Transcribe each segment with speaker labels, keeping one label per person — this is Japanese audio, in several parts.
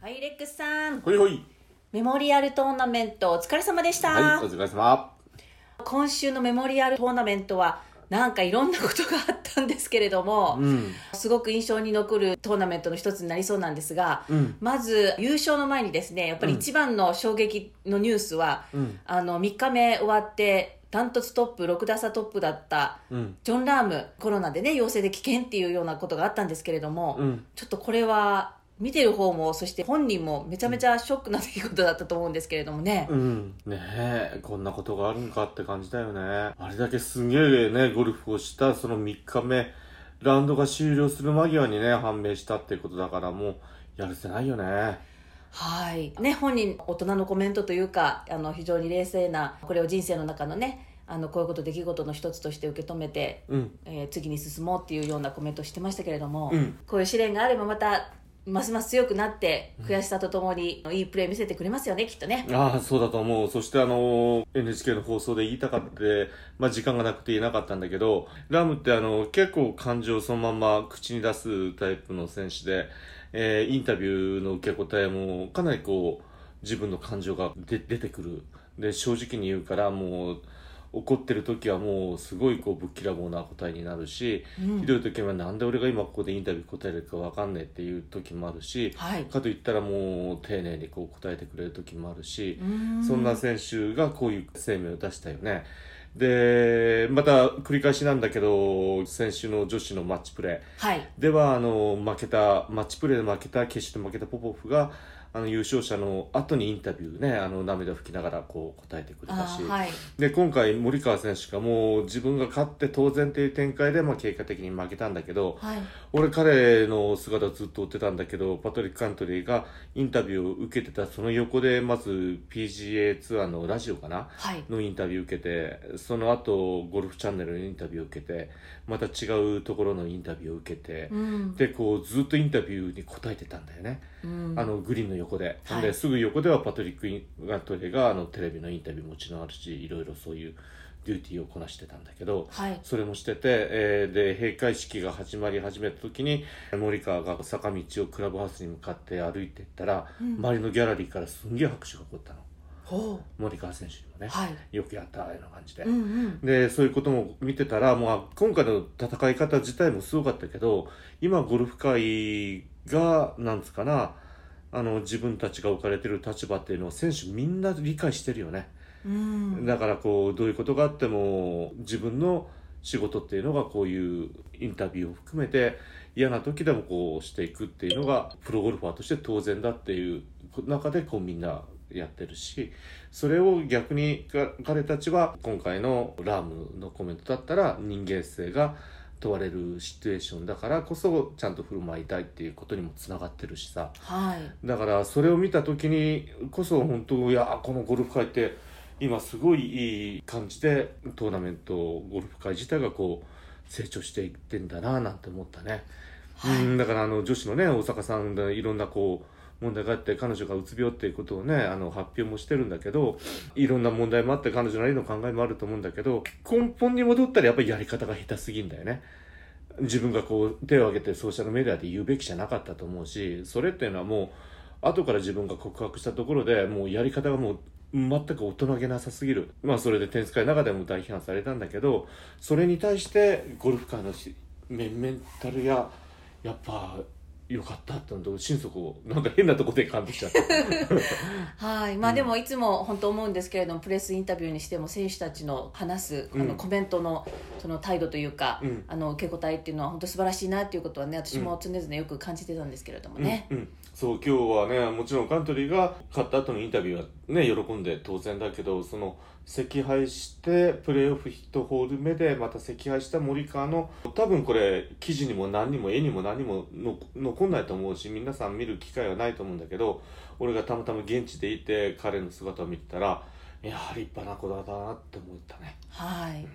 Speaker 1: はい、レックスさん。
Speaker 2: ほいほい。
Speaker 1: メモリアルトーナメントお疲れ様でした。
Speaker 2: はい、お疲れ様。
Speaker 1: 今週のメモリアルトーナメントは、なんかいろんなことがあったんですけれども、
Speaker 2: うん。
Speaker 1: すごく印象に残るトーナメントの一つになりそうなんですが、
Speaker 2: うん。
Speaker 1: まず優勝の前にですね、やっぱり一番の衝撃のニュースは、
Speaker 2: うん。
Speaker 1: あの、3日目終わって、ダントツトップ、6打差トップだった、
Speaker 2: うん。
Speaker 1: ジョン・ラーム、コロナでね、陽性で危険っていうようなことがあったんですけれども、
Speaker 2: うん。
Speaker 1: ちょっとこれは見てる方もそして本人もめちゃめちゃショックな出来事だったと思うんですけれどもね、
Speaker 2: うん。ねえ、こんなことがあるのかって感じだよね。あれだけすげえね、ゴルフをしたその3日目、ラウンドが終了する間際にね、判明したってことだからもう、やるせないよね。
Speaker 1: はいね本人大人のコメントというかあの非常に冷静なこれを人生の中のねあのこういうこと出来事の一つとして受け止めて、
Speaker 2: うん。
Speaker 1: えー次に進もうっていうようなコメントをしてましたけれども、
Speaker 2: うん
Speaker 1: こういう試練があればまたますます強くなって悔しさとともにいいプレー見せてくれますよねきっとね。
Speaker 2: ああ、そうだと思う。そしてあのー、NHK の放送で言いたかって、まあ時間がなくて言えなかったんだけど、ラムってあの、結構感情をそのまま口に出すタイプの選手で、えーインタビューの受け答えもかなりこう、自分の感情が出出てくる。で、正直に言うから、もう、怒ってる時はもうすごいこうぶっきらぼうな答えになるし、
Speaker 1: うん
Speaker 2: ひどい時はなんで俺が今ここでインタビュー答えるかわかんねえっていう時もあるし、
Speaker 1: はい、
Speaker 2: かといったらもう丁寧にこう答えてくれる時もあるし
Speaker 1: う、ー
Speaker 2: そんな選手がこういう声明を出したよね。で、また繰り返しなんだけど、先週の女子のマッチプレ
Speaker 1: はい
Speaker 2: ーでは、あの、負けた、マッチプレーで負けた、決勝で負けたポポフが、あの、優勝者の後にインタビューね、あの、涙拭きながらこう答えてくれた
Speaker 1: あ
Speaker 2: し、
Speaker 1: ーはい
Speaker 2: で、今回森川選手がもう自分が勝って当然っていう展開で、まあ結果的に負けたんだけど、
Speaker 1: はい
Speaker 2: 俺彼の姿をずっと追ってたんだけどパトリック・カントリーがインタビューを受けてたその横でまず PGA ツアーのラジオかな
Speaker 1: はい
Speaker 2: のインタビューを受けてその後ゴルフチャンネルのインタビューを受けてまた違うところのインタビューを受けて、
Speaker 1: うん
Speaker 2: でこうずっとインタビューに答えてたんだよね、
Speaker 1: うん
Speaker 2: あのグリーンの横で,、
Speaker 1: はい
Speaker 2: ですぐ横ではパトリック・カントリーがあのテレビのインタビューもちろんあるしいろいろそういうデューティーをこなしてたんだけど、
Speaker 1: はい
Speaker 2: それもしてて、えーで閉会式が始まり始めた時に森川が坂道をクラブハウスに向かって歩いていったら、
Speaker 1: うん
Speaker 2: 周りのギャラリーからすんげえ拍手が起こったの
Speaker 1: ほ
Speaker 2: 森川選手にも
Speaker 1: う
Speaker 2: ね、
Speaker 1: はい
Speaker 2: よくやったああいうな感じで、
Speaker 1: うんうん
Speaker 2: でそういうことも見てたら、まあ、今回の戦い方自体もすごかったけど今ゴルフ界がなんつうかなあの自分たちが置かれてる立場っていうのは選手みんな理解してるよね。
Speaker 1: うん
Speaker 2: だからこうどういうことがあっても自分の仕事っていうのがこういうインタビューを含めて嫌な時でもこうしていくっていうのがプロゴルファーとして当然だっていう中でこうみんなやってるしそれを逆にか彼たちは今回のラームのコメントだったら人間性が問われるシチュエーションだからこそちゃんと振る舞いたいっていうことにもつながってるしさ。
Speaker 1: はい
Speaker 2: だからそれを見た時にこそ本当いやこのゴルフ界って今すごいいい感じでトーナメントゴルフ界自体がこう成長していってんだななんて思ったね、
Speaker 1: はい
Speaker 2: うんだからあの女子のね大阪さんでいろんなこう問題があって彼女がうつ病っていうことをねあの発表もしてるんだけどいろんな問題もあって彼女なりの考えもあると思うんだけど根本に戻ったらやっぱりやり方が下手すぎんだよね自分がこう手を挙げてソーシャルメディアで言うべきじゃなかったと思うしそれっていうのはもう後から自分が告白したところでもうやり方がもう全く大人げなさすぎるまあそれでテニス界の中でも大批判されたんだけどそれに対してゴルフ界のしメメンタルややっぱ良かったってのと心底なんか変なとこで感じちゃった
Speaker 1: はいまあ
Speaker 2: うん
Speaker 1: でもいつも本当思うんですけれどもプレスインタビューにしても選手たちの話すあ
Speaker 2: う
Speaker 1: の
Speaker 2: ん
Speaker 1: コメントのその態度というか、
Speaker 2: うん
Speaker 1: あの受け答えっていうのは本当素晴らしいなっていうことはね私も常々よく感じてたんですけれどもね。
Speaker 2: うんうん、そう今日はねもちろんカントリーが勝った後のインタビューはね喜んで当然だけどその惜敗してプレーオフ1ホール目でまた惜敗した森川の多分これ記事にも何にも絵にも何にもの残んないと思うし皆さん見る機会はないと思うんだけど俺がたまたま現地でいて彼の姿を見てたらいや立派な子だなって思ったね
Speaker 1: はい、
Speaker 2: うん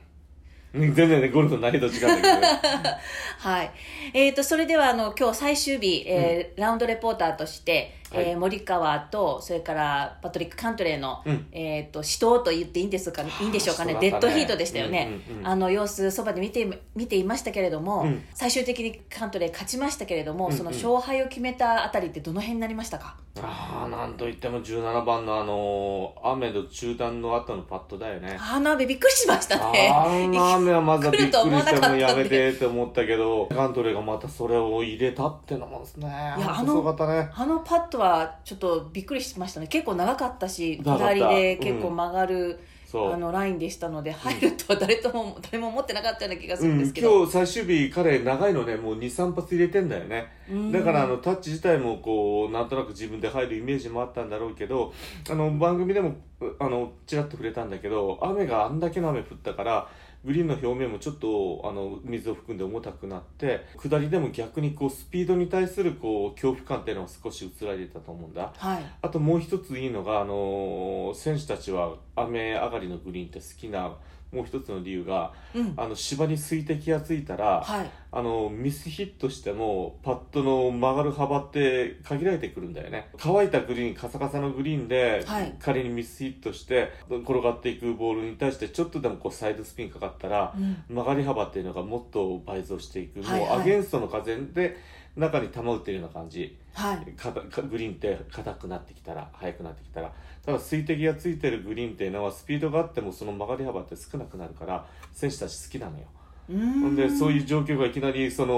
Speaker 2: 全然ねゴルフの難易度違うんだけど
Speaker 1: はいえー、とそれではあの今日最終日、えーラウンドレポーターとして
Speaker 2: はい
Speaker 1: えー森川とそれからパトリック・カントレーの、
Speaker 2: うん
Speaker 1: えー、と死闘と言っていいんですかねいいんでしょうかね
Speaker 2: はあ
Speaker 1: デッドヒートでしたよね、
Speaker 2: うんうんうん
Speaker 1: あの様子そばで見て見ていましたけれども、
Speaker 2: うん
Speaker 1: 最終的にカントレー勝ちましたけれども、
Speaker 2: うんうん
Speaker 1: その勝敗を決めたあたりってどの辺になりましたか、
Speaker 2: ああなんといっても17番のあのー雨の中断の後のパットだよね
Speaker 1: あの雨びっくりしましたね
Speaker 2: あんな雨はまずはびっく
Speaker 1: 来る
Speaker 2: り
Speaker 1: と思わなか
Speaker 2: し
Speaker 1: った
Speaker 2: て
Speaker 1: ん
Speaker 2: もう
Speaker 1: で
Speaker 2: やめてって思ったけどカントレーがまたそれを入れたってのもですねい
Speaker 1: やあ
Speaker 2: や
Speaker 1: の
Speaker 2: すごかったね
Speaker 1: あのパットはちょっとびっくりしましたね結構長かったし
Speaker 2: 長かった
Speaker 1: 下りで結構曲がる、
Speaker 2: そう
Speaker 1: あのラインでしたので入るとは誰とも、 誰も思ってなかったような気がす
Speaker 2: う
Speaker 1: るん
Speaker 2: ん、
Speaker 1: ですけど、
Speaker 2: 今日最終日彼長いのねもう23発入れてんだよね
Speaker 1: うん
Speaker 2: だからあのタッチ自体もこうなんとなく自分で入るイメージもあったんだろうけどあの番組でもうあのちらっと触れたんだけど雨があんだけの雨降ったからグリーンの表面もちょっとあの水を含んで重たくなって下りでも逆にこうスピードに対するこう恐怖感っていうのが少し移られてたと思うんだ
Speaker 1: はい
Speaker 2: あともう一ついいのが、あのー選手たちは雨上がりのグリーンって好きなもう一つの理由が
Speaker 1: うん
Speaker 2: あの芝に水滴がついたら、
Speaker 1: はい
Speaker 2: あのミスヒットしてもパットの曲がる幅って限られてくるんだよね乾いたグリーンカサカサのグリーンで、
Speaker 1: はい
Speaker 2: 仮にミスヒットして転がっていくボールに対してちょっとでもこうサイドスピンかかったら
Speaker 1: うん
Speaker 2: 曲がり幅っていうのがもっと倍増していく、
Speaker 1: はいは
Speaker 2: も
Speaker 1: いう
Speaker 2: アゲンストの風で中に球打ってるような感じ
Speaker 1: はい
Speaker 2: かたかグリーンって硬くなってきたら速くなってきたらただ水滴がついてるグリーンっていうのはスピードがあってもその曲がり幅って少なくなるから選手たち好きなのよ
Speaker 1: うーん
Speaker 2: でそういう状況がいきなりその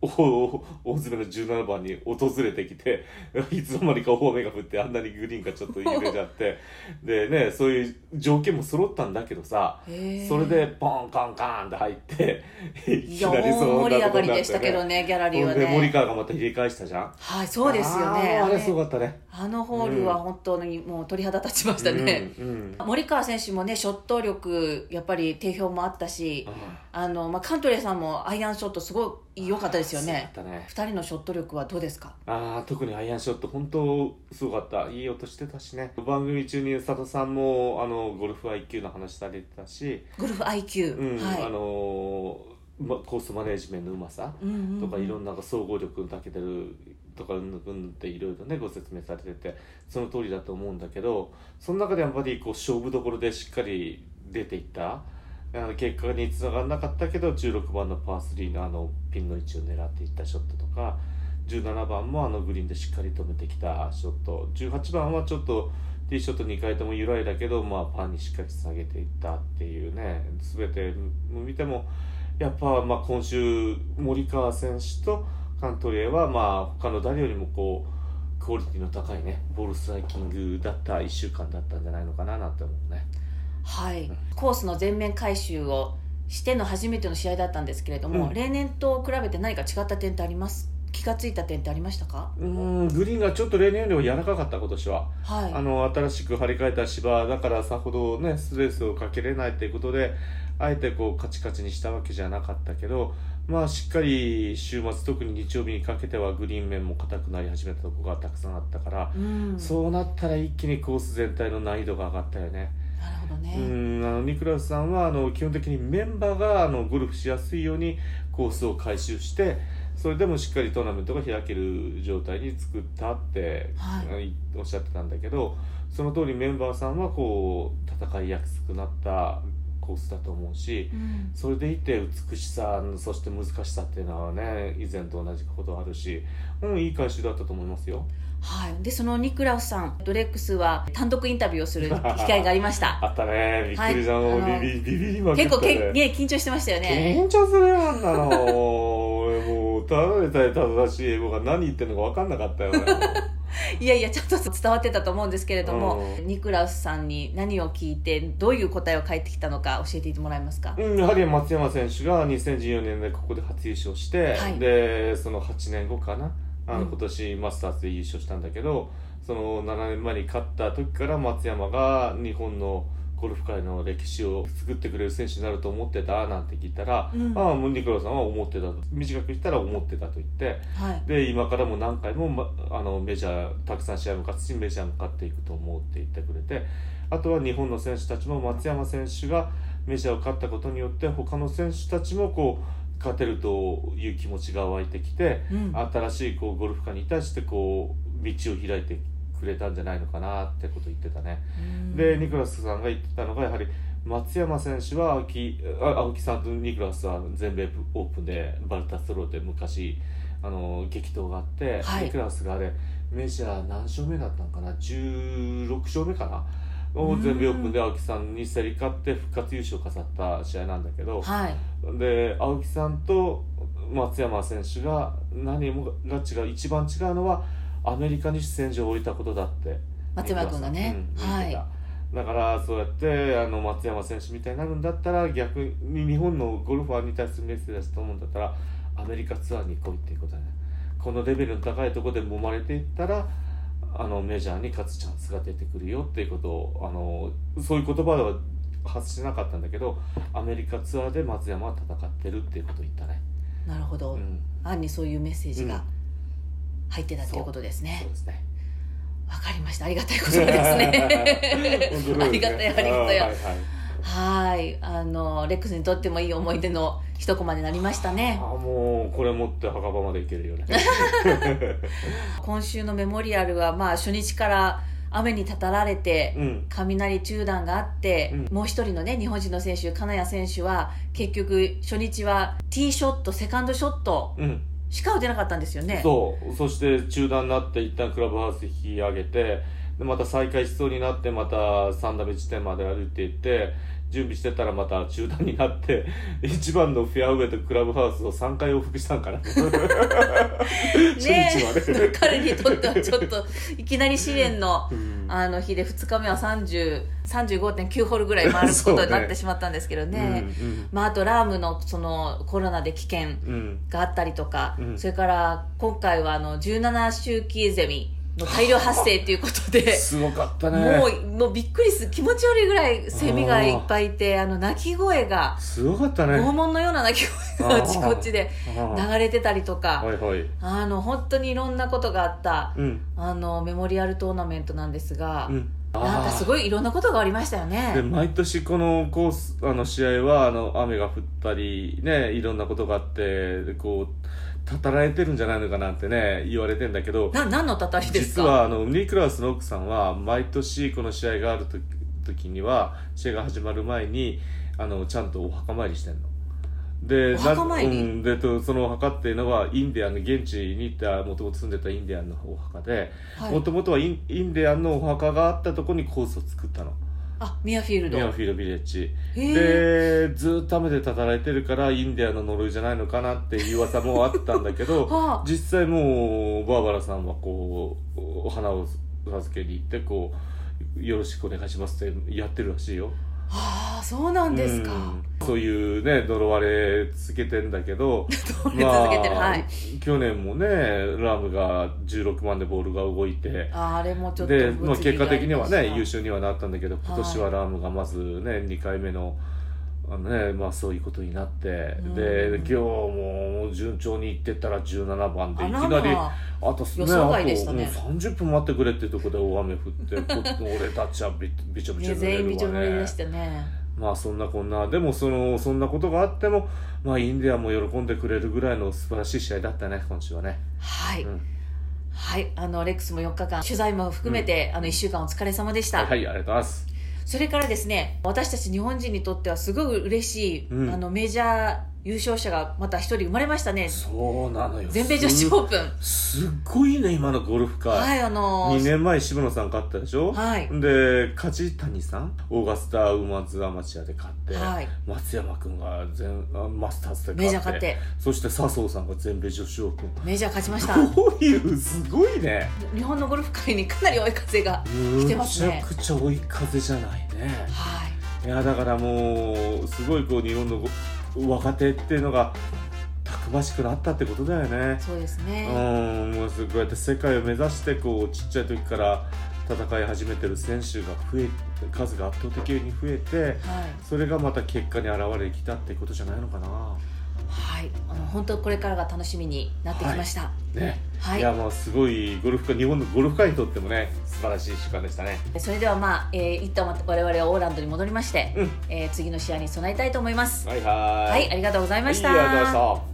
Speaker 2: おお大詰めの17番に訪れてきて いつの間にか大雨が降ってあんなにグリーンがちょっと揺れちゃってでねそういう条件も揃ったんだけどさ
Speaker 1: へー
Speaker 2: それでポンカンカンって入ってい
Speaker 1: い
Speaker 2: き
Speaker 1: や
Speaker 2: なりそ
Speaker 1: 大
Speaker 2: の
Speaker 1: 盛り上
Speaker 2: こ
Speaker 1: が
Speaker 2: に
Speaker 1: り
Speaker 2: な
Speaker 1: で
Speaker 2: っ
Speaker 1: してたけど
Speaker 2: ね。
Speaker 1: ねギャラリー
Speaker 2: ほ
Speaker 1: は
Speaker 2: んで森
Speaker 1: ね
Speaker 2: 川がまた入れ返したじゃん
Speaker 1: はいそうですよね
Speaker 2: あーあ
Speaker 1: あ
Speaker 2: れすご
Speaker 1: れ
Speaker 2: かったね
Speaker 1: あのホールは本当にもう鳥肌立ちましたね、
Speaker 2: うんうん
Speaker 1: 森川選手もねショット力やっぱり定評もあったしあの、まあ、カントレーさんもアイアンショットすごい良かったですよね
Speaker 2: あーすごかったね
Speaker 1: 2人のショット力はどうですか
Speaker 2: ああ特にアイアンショット本当すごかったいい音してたしね番組中に佐田さんもあのゴルフ IQ の話されてたし、
Speaker 1: ゴルフ IQ、
Speaker 2: うんあ
Speaker 1: は
Speaker 2: のーま、コースマネージメントのうまさ
Speaker 1: い、うんうんうん
Speaker 2: とかいろんな総合力に長けてるとかうんぬんうんぬんっていろいろねご説明されててその通りだと思うんだけどその中でやっぱりこう勝負どころでしっかり出ていったあの結果につながらなかったけど16番のパー3のあのピンの位置を狙っていったショットとか17番もあのグリーンでしっかり止めてきたショット18番はちょっとティーショット2回とも揺らいだけど、まあ、パーにしっかりつなげていったっていうね全て見てもやっぱまあ今週森川選手とカントリーはまあ他の誰よりもこうクオリティの高いねボールストライキングだった1週間だったんじゃないのかななんて思うね。
Speaker 1: はい
Speaker 2: うん、
Speaker 1: コースの全面回収をしての初めての試合だったんですけれども、
Speaker 2: うん
Speaker 1: 例年と比べて何か違った点ってあります気がついた点ってありましたか
Speaker 2: うーんグリーンがちょっと例年よりも柔らかかった今年は。
Speaker 1: はい
Speaker 2: あの新しく張り替えた芝だからさほどねストレスをかけれないということであえてこうカチカチにしたわけじゃなかったけどまあしっかり週末特に日曜日にかけてはグリーン面も硬くなり始めたとこがたくさんあったから、
Speaker 1: うん、
Speaker 2: そうなったら一気にコース全体の難易度が上がったよね。
Speaker 1: なるほどね、
Speaker 2: うんあのニクラウスさんはあの基本的にメンバーがあのゴルフしやすいようにコースを改修してそれでもしっかりトーナメントが開ける状態に作ったって、
Speaker 1: はい
Speaker 2: おっしゃってたんだけどその通りメンバーさんはこう戦いやすくなったコースだと思うし
Speaker 1: うん
Speaker 2: それでいて美しさそして難しさっていうのはね以前と同じことあるし、うん、いい回収だったと思いますよ。
Speaker 1: はい、でそのニクラウスさんドレックスは単独インタビューをする機会がありまし た
Speaker 2: あったねびっくりじゃん、
Speaker 1: はいあの
Speaker 2: ビビビビりまくったね
Speaker 1: 結構け、ね、緊張してましたよね
Speaker 2: 緊張するよあんなの俺もうただでさえただしい英語が何言ってるのか分かんな かったよ俺
Speaker 1: いやいやちょっと伝わってたと思うんですけれども、
Speaker 2: う
Speaker 1: ニクラウスさんに何を聞いてどういう答えを返ってきたのか教えてもらえますか、
Speaker 2: うんやはり松山選手が2014年でここで初優勝して、
Speaker 1: はい
Speaker 2: でその8年後かなあの
Speaker 1: うん
Speaker 2: 今年マスターズで優勝したんだけど、その7年前に勝った時から松山が日本のゴルフ界の歴史を作ってくれる選手になると思ってたなんて聞いたら、
Speaker 1: うん
Speaker 2: ああもうニクラさんは思ってたと短く言ったら思ってたと言って、
Speaker 1: はい、
Speaker 2: で今からも何回も、ま、あのメジャーたくさん試合も勝つしメジャーも勝っていくと思うって言ってくれてあとは日本の選手たちも松山選手がメジャーを勝ったことによって他の選手たちもこう勝てるという気持ちが湧いてきて
Speaker 1: うん
Speaker 2: 新しいこうゴルフ界に対してこう道を開いてくれたんじゃないのかなってこと言ってたね。でニクラスさんが言ってたのがやはり松山選手は青木あ青木さんとニクラスは全米オープンでバルタスローで昔あの激闘があって、
Speaker 1: はい
Speaker 2: ニクラスがあれメジャー何勝目だったのかな16勝目かなを
Speaker 1: うん
Speaker 2: 全米オープンで青木さんに競り勝って復活優勝を飾った試合なんだけど、
Speaker 1: はい
Speaker 2: で青木さんと松山選手が何もが違う一番違うのはアメリカに出演場を降りたことだって
Speaker 1: 松山君がね
Speaker 2: うん言
Speaker 1: は
Speaker 2: って
Speaker 1: い
Speaker 2: ただからそうやってあの松山選手みたいになるんだったら逆に日本のゴルファーに対するメッセージだと思うんだったらアメリカツアーに来いっていうことだねこのレベルの高いところで揉まれていったらあのメジャーに勝つチャンスが出てくるよっていうことをあのそういう言葉では発しなかったんだけどアメリカツアーで松山は戦ってるっていうことを言ったね、
Speaker 1: なるほど、
Speaker 2: うん、
Speaker 1: 案にそういうメッセージが入ってたっていうことです
Speaker 2: そ
Speaker 1: ね
Speaker 2: うですね
Speaker 1: わかりましたありがたいことですね
Speaker 2: 本当そうです ね
Speaker 1: ありがたいありがたい
Speaker 2: あーはいはい
Speaker 1: はいあのレックスにとってもいい思い出の一コマになりましたね
Speaker 2: あーもうこれ持って墓場まで行けるよね
Speaker 1: 今週のメモリアルはまあ初日から雨にたたられて、
Speaker 2: うん
Speaker 1: 雷中断があって、
Speaker 2: う
Speaker 1: もう一人のね日本人の選手金谷選手は結局初日はティーショットセカンドショット
Speaker 2: うん
Speaker 1: しか打てなかったんですよね
Speaker 2: そうそして中断になって一旦クラブハウス引き上げてでまた再開しそうになってまた3打目地点まで歩いていって準備してたらまた中断になって1番 のフェアウェイとクラブハウスを3回往復し たんかな 初日まで、
Speaker 1: ね 彼にとってはちょっといきなり試練の
Speaker 2: うん
Speaker 1: あの日で2日目は30 35.9ホールぐらい回ることになってしまったんですけどね
Speaker 2: うん
Speaker 1: まあ、あとラームのそのコロナで危険
Speaker 2: うんうん
Speaker 1: があったりとか、
Speaker 2: うん
Speaker 1: それから今回はあの17周期ゼミの大量発生ということで
Speaker 2: すごかったね
Speaker 1: もうもうびっくりする気持ち悪いぐらいセミがいっぱいいてあの鳴き声が
Speaker 2: すごかったね
Speaker 1: 拷問のような鳴き声が
Speaker 2: あ
Speaker 1: あ
Speaker 2: ー
Speaker 1: ちこちで
Speaker 2: は
Speaker 1: 流れてたりとか
Speaker 2: いはい
Speaker 1: あの本当にいろんなことがあった
Speaker 2: うん
Speaker 1: あのメモリアルトーナメントなんですが、
Speaker 2: うん
Speaker 1: なんかすごいいろんなことがありましたよね。
Speaker 2: で毎年このコースあの試合はあの雨が降ったり、ね、いろんなことがあってこうたたられてるんじゃないのかなってね言われてんだけど
Speaker 1: な何のたたりです
Speaker 2: 実
Speaker 1: か
Speaker 2: はあのニクラウスの奥さんは毎年この試合がある時時には試合が始まる前にあのちゃんとお墓参りしてんの。で
Speaker 1: お墓参り
Speaker 2: なうん、でとそのお墓っていうのはインディアンの現地に行ったもともと住んでたインディアンのお墓で
Speaker 1: はい
Speaker 2: もともとはインインディアンのお墓があったとこにコースを作ったの
Speaker 1: あミアフィールド
Speaker 2: ミアンフィールドビレッジ
Speaker 1: へえ
Speaker 2: でずっと雨でたたられてるからインディアンの呪いじゃないのかなっていう噂もあったんだけど
Speaker 1: はあ
Speaker 2: 実際もうバーバラさんはこうお花を授けに行ってこうよろしくお願いしますってやってるらしいよ
Speaker 1: はあそうなんですか
Speaker 2: うんそういうね呪われ続けてんだけど
Speaker 1: 取れ続けてる、
Speaker 2: まあ
Speaker 1: はい
Speaker 2: 去年もねラムが16番でボールが動いて
Speaker 1: ああれもちょっと
Speaker 2: で、まあ、
Speaker 1: 物議
Speaker 2: 結
Speaker 1: が
Speaker 2: 果
Speaker 1: ありました
Speaker 2: 的にはね優勝にはなったんだけど今年はラームがまずね2回目のあの、ねまあ、そういうことになって、
Speaker 1: うん
Speaker 2: で今日も順調にいってったら17番でいき
Speaker 1: あ
Speaker 2: な
Speaker 1: ら
Speaker 2: り
Speaker 1: まあ
Speaker 2: あと,、ね
Speaker 1: 予想外でしたね
Speaker 2: あとうん30分待ってくれっていうところで大雨降 ってこ俺たちはびびちょびち
Speaker 1: ね
Speaker 2: ょ濡れ
Speaker 1: 全員びちょ
Speaker 2: るわ
Speaker 1: 濡れ
Speaker 2: ね
Speaker 1: でしたね
Speaker 2: まあそんなこんなでもそのそんなことがあっても、まあ、インディアンも喜んでくれるぐらいの素晴らしい試合だったね今週はね。
Speaker 1: はい、
Speaker 2: うん
Speaker 1: はいあのレックスも4日間取材も含めて、あの1週間お疲れ様でした、
Speaker 2: はいありがとうございます。
Speaker 1: それからですね私たち日本人にとってはすごい嬉しい、
Speaker 2: うん
Speaker 1: あのメジャー優勝者がまた一人生まれましたね
Speaker 2: そうなのよ
Speaker 1: 全米女子オープン
Speaker 2: すっごいね今のゴルフ界、
Speaker 1: はいあのー
Speaker 2: 2年前渋野さん勝ったでしょ、
Speaker 1: はい
Speaker 2: で梶谷さんオーガスタウーマンズアマチュアで勝って、
Speaker 1: はい
Speaker 2: 松山君が全あマスターズで勝って
Speaker 1: メジャー勝って
Speaker 2: そして笹生さんが全米女子オープン
Speaker 1: メジャー勝ちま した
Speaker 2: こういうすごいね
Speaker 1: 日本のゴルフ界にかなり追い風が来てますね
Speaker 2: むちゃくちゃ追い風じゃないね
Speaker 1: はい
Speaker 2: いやだからもうすごいこう日本のご若手っていうのがたくましくなったってことだよね
Speaker 1: そうですね、
Speaker 2: うん、もうすこうやって世界を目指してこうちっちゃい時から戦い始めてる選手が増え数が圧倒的に増えて
Speaker 1: はい
Speaker 2: それがまた結果に表れてきたってことじゃないのかな
Speaker 1: はい、あの本当これからが楽しみになってきました。
Speaker 2: ね、、
Speaker 1: はいい、
Speaker 2: やもうすごいゴルフ界日本のゴルフ界にとってもね素晴らしい時間でしたね
Speaker 1: それではまあ、えー、一旦また我々はオーランドに戻りまして、
Speaker 2: うん
Speaker 1: えー次の試合に備えたいと思います。
Speaker 2: はいはーい
Speaker 1: はい、ありがとうございました。
Speaker 2: いいありがとうございました